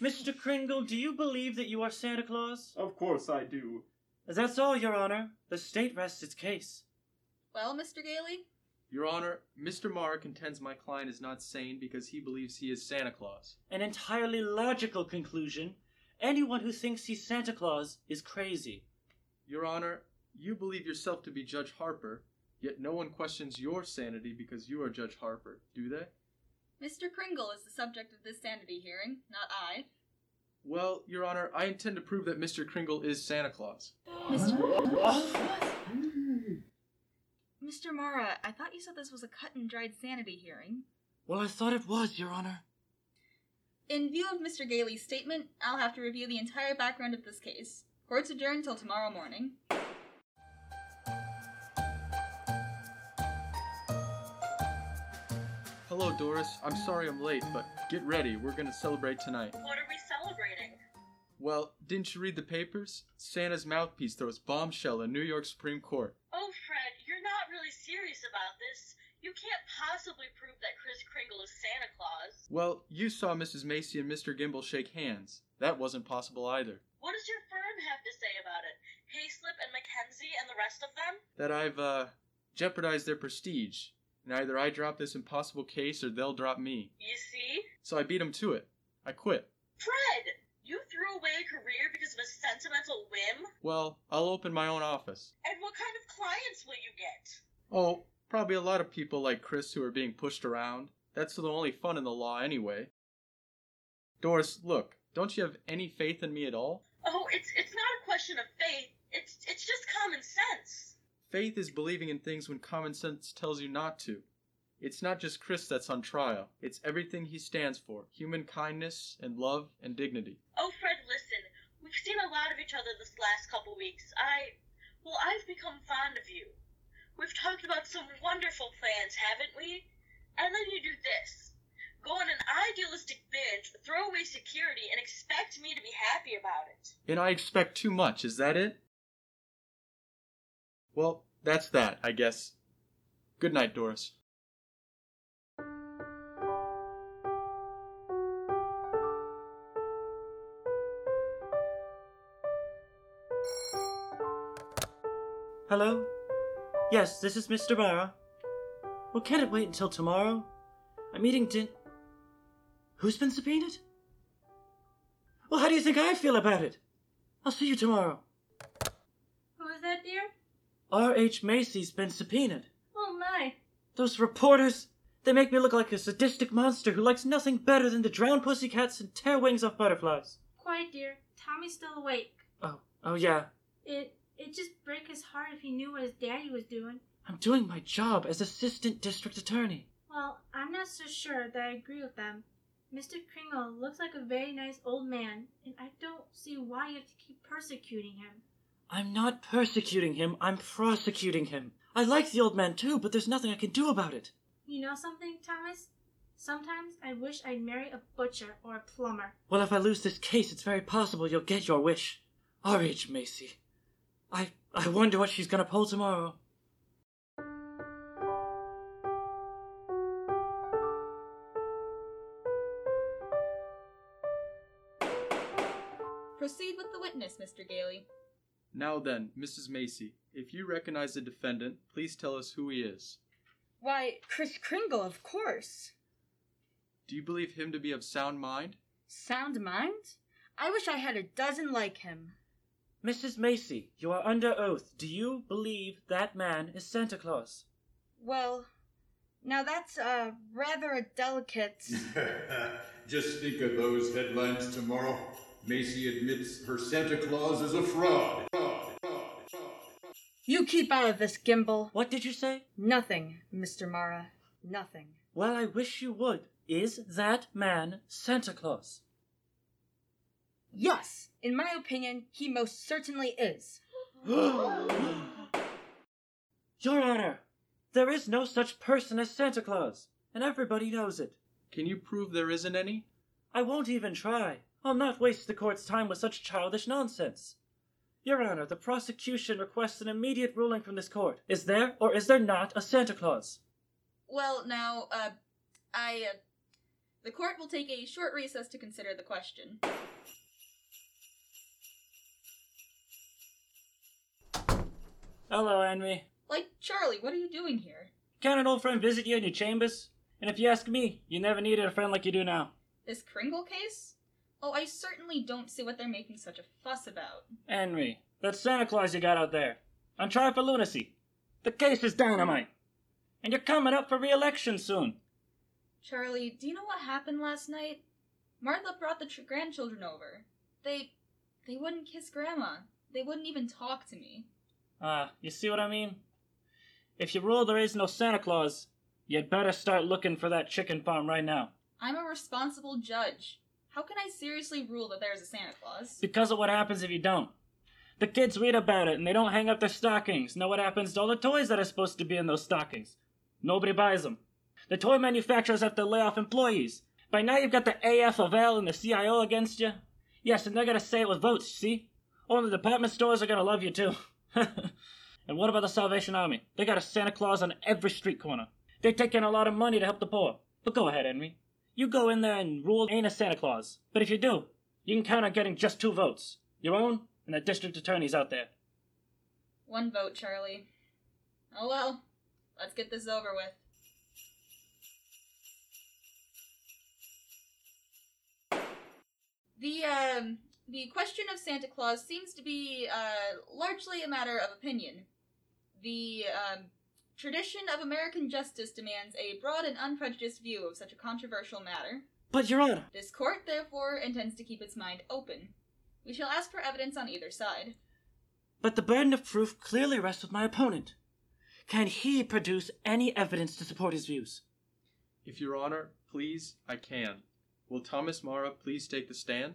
Speaker 13: Mr. Kringle, do you believe that you are Santa Claus?
Speaker 2: Of course I do.
Speaker 13: That's all, Your Honor. The state rests its case.
Speaker 10: Well, Mr. Gailey?
Speaker 5: Your Honor, Mr. Marr contends my client is not sane because he believes he is Santa Claus.
Speaker 13: An entirely logical conclusion. Anyone who thinks he's Santa Claus is crazy.
Speaker 5: Your Honor, you believe yourself to be Judge Harper, yet no one questions your sanity because you are Judge Harper, do they?
Speaker 10: Mr. Kringle is the subject of this sanity hearing, not I.
Speaker 5: Well, Your Honor, I intend to prove that Mr. Kringle is Santa Claus.
Speaker 10: Mr. Mr. Mara, I thought you said this was a cut and dried sanity hearing.
Speaker 13: Well, I thought it was, Your Honor.
Speaker 10: In view of Mr. Gailey's statement, I'll have to review the entire background of this case. Court's adjourned till tomorrow morning.
Speaker 5: Hello, Doris. I'm sorry I'm late, but get ready. We're going to celebrate tonight.
Speaker 4: What are we celebrating?
Speaker 5: Well, didn't you read the papers? Santa's mouthpiece throws bombshell in New York Supreme Court.
Speaker 4: Oh, Fred, you're not really serious about this. You can't possibly prove that Chris Kringle is Santa Claus.
Speaker 5: Well, you saw Mrs. Macy and Mr. Gimble shake hands. That wasn't possible either.
Speaker 4: What does your firm have to say about it? Hayslip and Mackenzie and the rest of them?
Speaker 5: That I've, uh, jeopardized their prestige and either I drop this impossible case or they'll drop me.
Speaker 4: You see?
Speaker 5: So I beat 'em to it. I quit.
Speaker 4: Fred, you threw away a career because of a sentimental whim?
Speaker 5: Well, I'll open my own office.
Speaker 4: And what kind of clients will you get?
Speaker 5: Oh, probably a lot of people like Chris who are being pushed around. That's the only fun in the law, anyway. Doris, look, don't you have any faith in me at all?
Speaker 4: Oh, it's it's not a question of faith. It's it's just common sense.
Speaker 5: Faith is believing in things when common sense tells you not to. It's not just Chris that's on trial, it's everything he stands for human kindness and love and dignity.
Speaker 4: Oh, Fred, listen. We've seen a lot of each other this last couple weeks. I well, I've become fond of you. We've talked about some wonderful plans, haven't we? And then you do this. Go on an idealistic binge, throw away security, and expect me to be happy about it.
Speaker 5: And I expect too much, is that it? Well, that's that, I guess. Good night, Doris.
Speaker 13: Hello? Yes, this is Mr. Mara. Well, can it wait until tomorrow? I'm eating din. Who's been subpoenaed? Well, how do you think I feel about it? I'll see you tomorrow.
Speaker 7: Who is that, dear?
Speaker 13: R.H. Macy's been subpoenaed.
Speaker 7: Oh my.
Speaker 13: Those reporters, they make me look like a sadistic monster who likes nothing better than to drown pussycats and tear wings off butterflies.
Speaker 7: Quiet, dear. Tommy's still awake.
Speaker 13: Oh, oh yeah.
Speaker 7: It it just break his heart if he knew what his daddy was doing.
Speaker 13: I'm doing my job as assistant district attorney.
Speaker 7: Well, I'm not so sure that I agree with them. Mr. Kringle looks like a very nice old man, and I don't see why you have to keep persecuting him.
Speaker 13: I'm not persecuting him, I'm prosecuting him. I like the old man too, but there's nothing I can do about it.
Speaker 7: You know something, Thomas? Sometimes I wish I'd marry a butcher or a plumber.
Speaker 13: Well, if I lose this case, it's very possible you'll get your wish. R.H. Macy. I, I wonder what she's gonna pull tomorrow.
Speaker 10: Proceed with the witness, Mr. Gailey.
Speaker 5: Now then, Mrs. Macy, if you recognize the defendant, please tell us who he is.
Speaker 11: Why, Chris Kringle, of course.
Speaker 5: Do you believe him to be of sound mind?
Speaker 11: Sound mind? I wish I had a dozen like him.
Speaker 13: Mrs. Macy, you are under oath. Do you believe that man is Santa Claus?
Speaker 11: Well, now that's uh, rather a delicate. *laughs*
Speaker 14: *laughs* Just think of those headlines tomorrow. Macy admits her Santa Claus is a fraud. Fraud, fraud, fraud.
Speaker 11: You keep out of this, Gimble.
Speaker 13: What did you say?
Speaker 11: Nothing, Mr. Mara. Nothing.
Speaker 13: Well, I wish you would. Is that man Santa *gasps* Claus?
Speaker 11: Yes, in my opinion, he most certainly is. *gasps*
Speaker 13: Your Honor, there is no such person as Santa Claus, and everybody knows it.
Speaker 5: Can you prove there isn't any?
Speaker 13: I won't even try. I'll not waste the court's time with such childish nonsense. Your Honor, the prosecution requests an immediate ruling from this court. Is there or is there not a Santa Claus?
Speaker 10: Well, now, uh, I, uh, the court will take a short recess to consider the question.
Speaker 13: Hello, Henry.
Speaker 10: Like, Charlie, what are you doing here?
Speaker 13: Can an old friend visit you in your chambers? And if you ask me, you never needed a friend like you do now.
Speaker 10: This Kringle case? Oh, I certainly don't see what they're making such a fuss about.
Speaker 13: Henry, that Santa Claus you got out there. On trial for lunacy. The case is dynamite. And you're coming up for re-election soon.
Speaker 10: Charlie, do you know what happened last night? Martha brought the tr- grandchildren over. They. they wouldn't kiss Grandma. They wouldn't even talk to me.
Speaker 13: Ah, you see what I mean? If you rule there is no Santa Claus, you'd better start looking for that chicken farm right now.
Speaker 10: I'm a responsible judge. How can I seriously rule that there's a Santa Claus?
Speaker 13: Because of what happens if you don't. The kids read about it and they don't hang up their stockings. Know what happens to all the toys that are supposed to be in those stockings? Nobody buys them. The toy manufacturers have to lay off employees. By now you've got the AF of L and the CIO against you. Yes, and they're gonna say it with votes, see? All the department stores are gonna love you too. *laughs* and what about the Salvation Army? They got a Santa Claus on every street corner. They take in a lot of money to help the poor. But go ahead, Henry. You go in there and rule ain't a Santa Claus. But if you do, you can count on getting just two votes your own and the district attorney's out there.
Speaker 10: One vote, Charlie. Oh well, let's get this over with. The um, the question of Santa Claus seems to be uh, largely a matter of opinion. The um, tradition of American justice demands a broad and unprejudiced view of such a controversial matter.
Speaker 13: But, Your Honor,
Speaker 10: This court, therefore, intends to keep its mind open. We shall ask for evidence on either side.
Speaker 13: but the burden of proof clearly rests with my opponent. Can he produce any evidence to support his views?
Speaker 5: If Your Honor, please, I can. Will Thomas Mara please take the stand?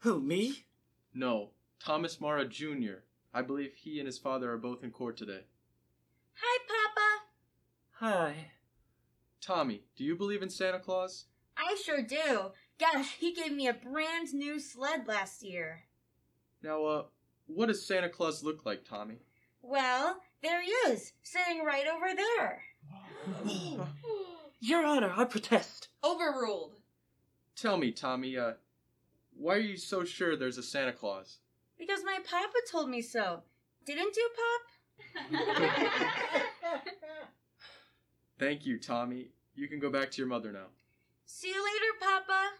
Speaker 13: Who, me?
Speaker 5: No, Thomas Mara Jr. I believe he and his father are both in court today.
Speaker 6: Hi, Papa.
Speaker 13: Hi.
Speaker 5: Tommy, do you believe in Santa Claus?
Speaker 11: I sure do. Gosh, he gave me a brand new sled last year.
Speaker 5: Now, uh, what does Santa Claus look like, Tommy?
Speaker 11: Well, there he is, sitting right over there.
Speaker 13: Your Honor, I protest.
Speaker 10: Overruled.
Speaker 5: Tell me, Tommy, uh, why are you so sure there's a Santa Claus?
Speaker 11: Because my papa told me so. Didn't you, Pop?
Speaker 5: Thank you, Tommy. You can go back to your mother now.
Speaker 11: See you later, Papa.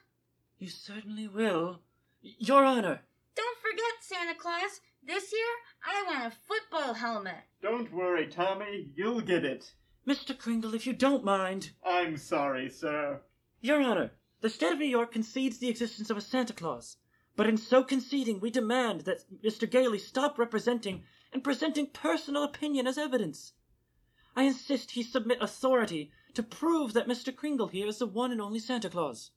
Speaker 13: You certainly will. Your Honor,
Speaker 11: Don't forget, Santa Claus, this year I want a football helmet.
Speaker 8: Don't worry, Tommy, you'll get it.
Speaker 13: Mr. Kringle, if you don't mind.
Speaker 8: I'm sorry, sir.
Speaker 13: Your Honor, the state of New York concedes the existence of a Santa Claus, but in so conceding, we demand that Mr. Gailey stop representing and presenting personal opinion as evidence. I insist he submit authority to prove that Mr. Kringle here is the one and only Santa Claus.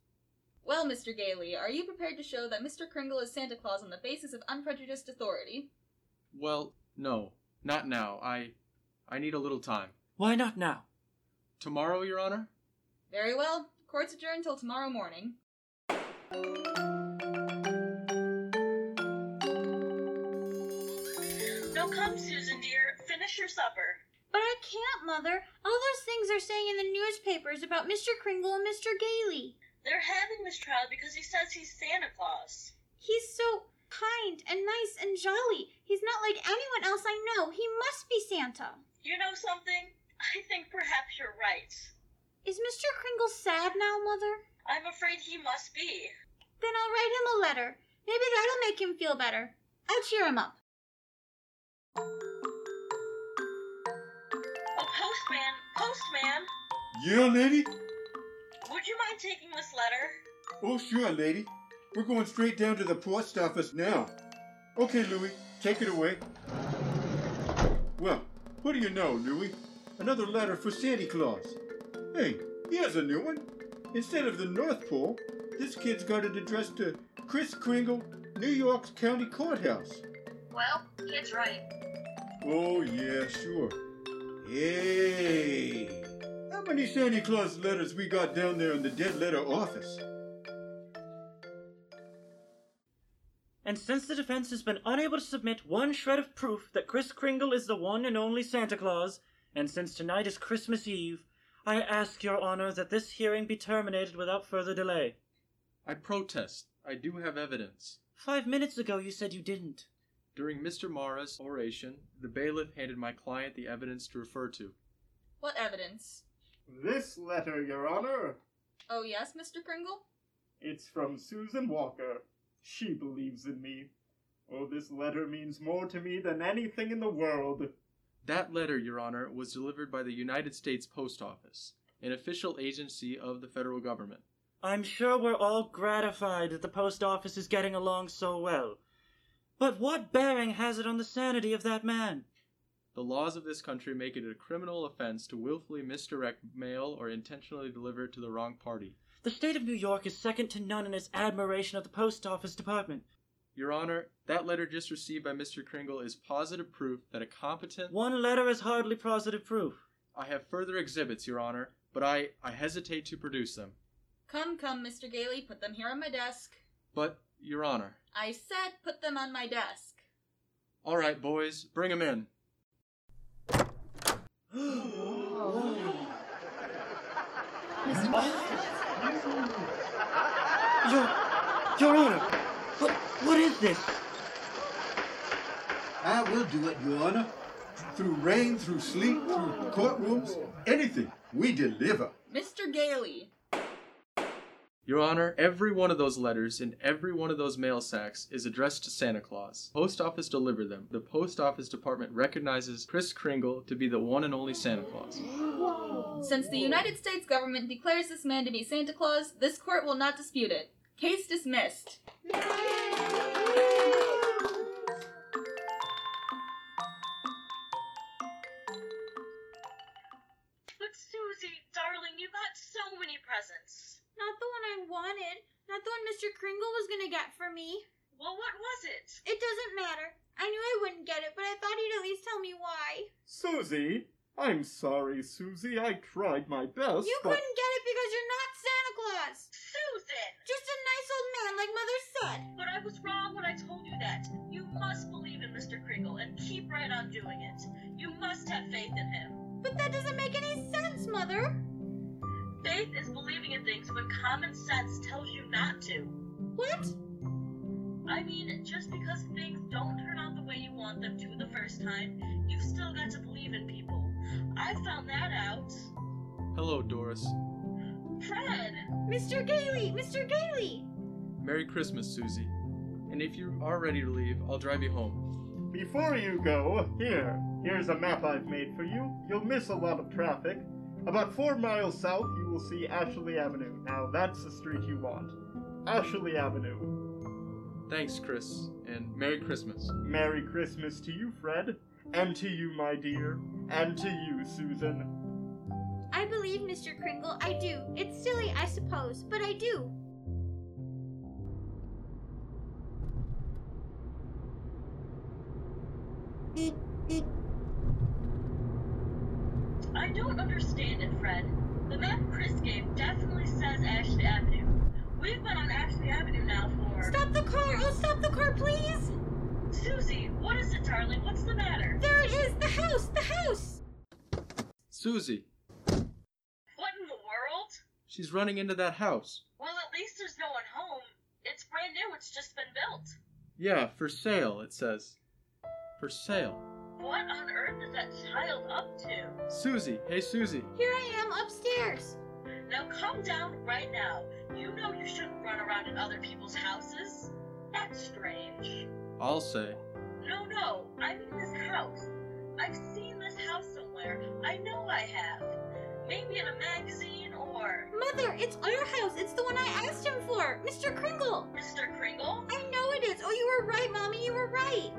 Speaker 10: Well, Mr. Gailey, are you prepared to show that Mr. Kringle is Santa Claus on the basis of unprejudiced authority?
Speaker 5: Well, no, not now. I, I need a little time.
Speaker 13: Why not now?
Speaker 5: Tomorrow, Your Honor?
Speaker 10: Very well. Court's adjourned till tomorrow morning.
Speaker 4: No, come, Susan dear. Finish your supper.
Speaker 6: But I can't, Mother. All those things are saying in the newspapers about Mr. Kringle and Mr. Gailey.
Speaker 4: They're having this trial because he says he's Santa Claus.
Speaker 6: He's so kind and nice and jolly. He's not like anyone else I know. He must be Santa.
Speaker 4: You know something? I think perhaps you're right.
Speaker 6: Is Mr. Kringle sad now, Mother?
Speaker 4: I'm afraid he must be.
Speaker 6: Then I'll write him a letter. Maybe that'll make him feel better. I'll cheer him up.
Speaker 4: Oh, postman, postman,
Speaker 15: Yeah, lady?
Speaker 4: would you mind taking this letter?
Speaker 15: Oh, sure, lady. We're going straight down to the post office now. Okay, Louie, take it away. Well, what do you know, Louie? Another letter for Santa Claus. Hey, here's a new one. Instead of the North Pole, this kid's got it addressed to Chris Kringle, New York's County Courthouse.
Speaker 4: Well, kid's right.
Speaker 15: Oh, yeah, sure. Hey, how many Santa Claus letters we got down there in the dead letter office? *gasps*
Speaker 13: And since the defense has been unable to submit one shred of proof that Kris Kringle is the one and only Santa Claus, and since tonight is Christmas Eve, I ask your honor that this hearing be terminated without further delay.
Speaker 5: I protest. I do have evidence.
Speaker 13: Five minutes ago you said you didn't.
Speaker 5: During Mr. Mara's oration, the bailiff handed my client the evidence to refer to.
Speaker 10: What evidence?
Speaker 8: This letter, Your Honor,
Speaker 10: Oh, yes, Mr. Kringle?
Speaker 8: it's from Susan Walker. She believes in me. Oh, this letter means more to me than anything in the world.
Speaker 5: That letter, Your Honor, was delivered by the United States Post Office, an official agency of the federal government.
Speaker 13: I'm sure we're all gratified that the post office is getting along so well. But what bearing has it on the sanity of that man?
Speaker 5: The laws of this country make it a criminal offense to willfully misdirect mail or intentionally deliver it to the wrong party.
Speaker 13: The state of New York is second to none in its admiration of the post office department.
Speaker 5: Your Honor, that letter just received by Mr. Kringle is positive proof that a competent.
Speaker 13: One letter is hardly positive proof.
Speaker 5: I have further exhibits, Your Honor, but I, I hesitate to produce them.
Speaker 10: Come, come, Mr. Gailey, put them here on my desk.
Speaker 5: But, Your Honor.
Speaker 10: I said put them on my desk.
Speaker 5: All right, boys, bring him in.
Speaker 13: Your, Your Honor, what, what is this?
Speaker 15: I will do it, Your Honor. Through rain, through sleet, through courtrooms, anything. We deliver.
Speaker 10: Mr. Gailey!
Speaker 5: Your Honor, every one of those letters in every one of those mail sacks is addressed to Santa Claus. Post office delivered them. The post office department recognizes Kris Kringle to be the one and only Santa Claus.
Speaker 10: Since the United States government declares this man to be Santa Claus, this court will not dispute it. Case dismissed.
Speaker 4: But Susie, darling, you got so many presents.
Speaker 6: Not the one I wanted. Not the one Mr. Kringle was gonna get for me.
Speaker 4: Well, what was it?
Speaker 6: It doesn't matter. I knew I wouldn't get it, but I thought he'd at least tell me why.
Speaker 8: Susie, I'm sorry, Susie. I tried my best.
Speaker 6: you
Speaker 8: but...
Speaker 6: couldn't get it because you're not Santa Claus.
Speaker 4: Susan!
Speaker 6: Just a nice old man, like Mother said.
Speaker 4: But I was wrong when I told you that. You must believe in Mr. Kringle and keep right on doing it. You must have faith in him.
Speaker 6: But that doesn't make any sense, Mother.
Speaker 4: Faith is believing in things when common sense tells you not to.
Speaker 6: What?
Speaker 4: I mean, just because things don't turn out the way you want them to the first time, you've still got to believe in people. I found that out.
Speaker 5: Hello, Doris.
Speaker 4: Fred!
Speaker 6: Mr. Gailey! Mr. Gailey!
Speaker 5: Merry Christmas, Susie. And if you are ready to leave, I'll drive you home.
Speaker 8: Before you go, here, here's a map I've made for you. You'll miss a lot of traffic. About four miles south, you will see Ashley Avenue. Now, that's the street you want. Ashley Avenue.
Speaker 5: Thanks, Chris, and Merry Christmas.
Speaker 8: Merry Christmas to you, Fred. And to you, my dear. And to you, Susan.
Speaker 6: I believe Mr. Kringle. I do. It's silly, I suppose, but I do.
Speaker 4: I don't understand it, Fred. The map Chris gave definitely says Ashley Avenue. We've been on Ashley Avenue now for.
Speaker 6: Stop the car! Oh, stop the car, please!
Speaker 4: Susie, what is it, darling? What's the matter?
Speaker 6: There it is! The house! The house!
Speaker 5: Susie,
Speaker 4: What in the world?
Speaker 5: she's running into that house.
Speaker 4: Well, at least there's no one home. It's brand new, it's just been built.
Speaker 5: Yeah, for sale, it says. For sale.
Speaker 4: What on earth is that child up to?
Speaker 5: Susie, hey, Susie.
Speaker 6: Here I am upstairs.
Speaker 4: Now come down right now. You know you shouldn't run around in other people's houses. That's strange.
Speaker 5: I'll say.
Speaker 4: No, no, I mean this house. I've seen this house somewhere. I know I have. Maybe in a magazine or.
Speaker 6: Mother, it's our house. It's the one I asked him for. Mr. Kringle.
Speaker 4: Mr. Kringle?
Speaker 6: I know it is. Oh, you were right, Mommy. You were right.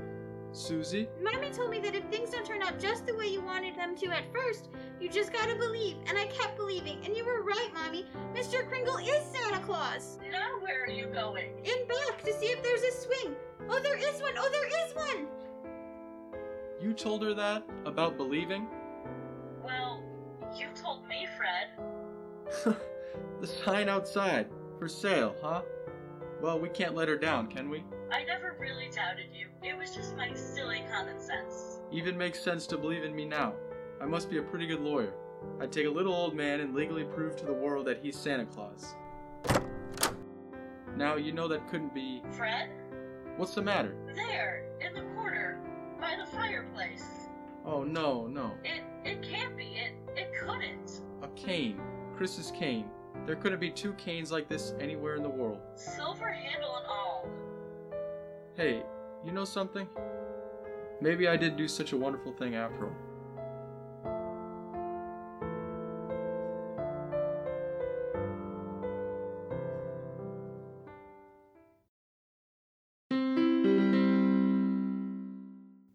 Speaker 5: Susie?
Speaker 6: Mommy told me that if things don't turn out just the way you wanted them to at first, you just gotta believe. And I kept believing. And you were right, Mommy. Mr. Kringle is Santa Claus.
Speaker 4: Now where are you going?
Speaker 6: In back to see if there's a swing. Oh, there is one. Oh, there is one.
Speaker 5: You told her that? About believing? *laughs*
Speaker 4: Well, you told me, Fred.
Speaker 5: The sign outside. For sale, huh? Well, we can't let her down, can we?
Speaker 4: I never really doubted you. It was just my silly common sense.
Speaker 5: Even makes sense to believe in me now. I must be a pretty good lawyer. I'd take a little old man and legally prove to the world that he's Santa Claus. Now, you know that couldn't be.
Speaker 4: Fred?
Speaker 5: What's the matter?
Speaker 4: There, in the corner, by the fireplace.
Speaker 5: Oh, no, no.
Speaker 4: It it can't be. It it couldn't.
Speaker 5: A cane. Chris's cane. There couldn't be two canes like this anywhere in the world.
Speaker 4: Silver handle and all.
Speaker 5: Hey, you know something? Maybe I did do such a wonderful thing after all.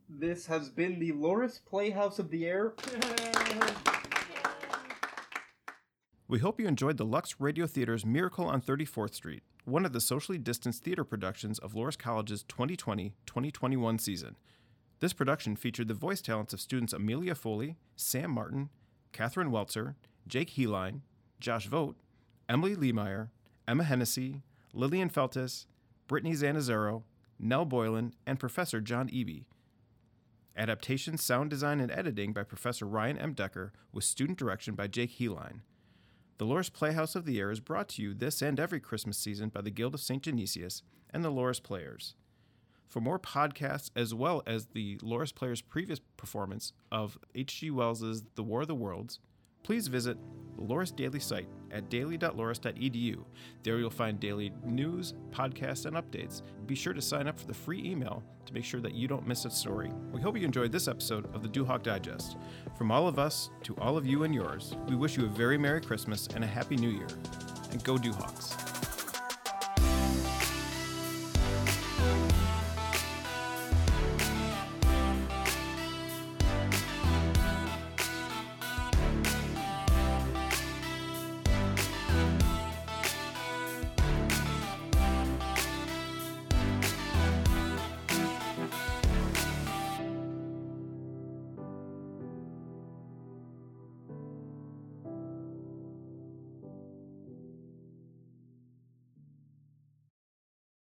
Speaker 8: This has been the Loris Playhouse of the Air.
Speaker 1: We hope you enjoyed the Lux Radio Theater's Miracle on 34th Street, one of the socially distanced theater productions of Loras College's 2020 2021 season. This production featured the voice talents of students Amelia Foley, Sam Martin, Catherine Welzer, Jake Heline, Josh Vogt, Emily Lemeyer, Emma Hennessy, Lillian Feltis, Brittany Zanizaro, Nell Boylan, and Professor John Eby. Adaptation, sound design, and editing by Professor Ryan M. Decker, with student direction by Jake Heline. The Loris Playhouse of the Year is brought to you this and every Christmas season by the Guild of St. Genesius and the Loris Players. For more podcasts, as well as the Loris Players' previous performance of H.G. Wells' The War of the Worlds, please visit the Loris Daily site at daily.loris.edu. There you'll find daily news, podcasts, and updates. Be sure to sign up for the free email to make sure that you don't miss a story. We hope you enjoyed this episode of the Dewhawk Digest. From all of us to all of you and yours, we wish you a very Merry Christmas and a Happy New Year. And go Dewhawks.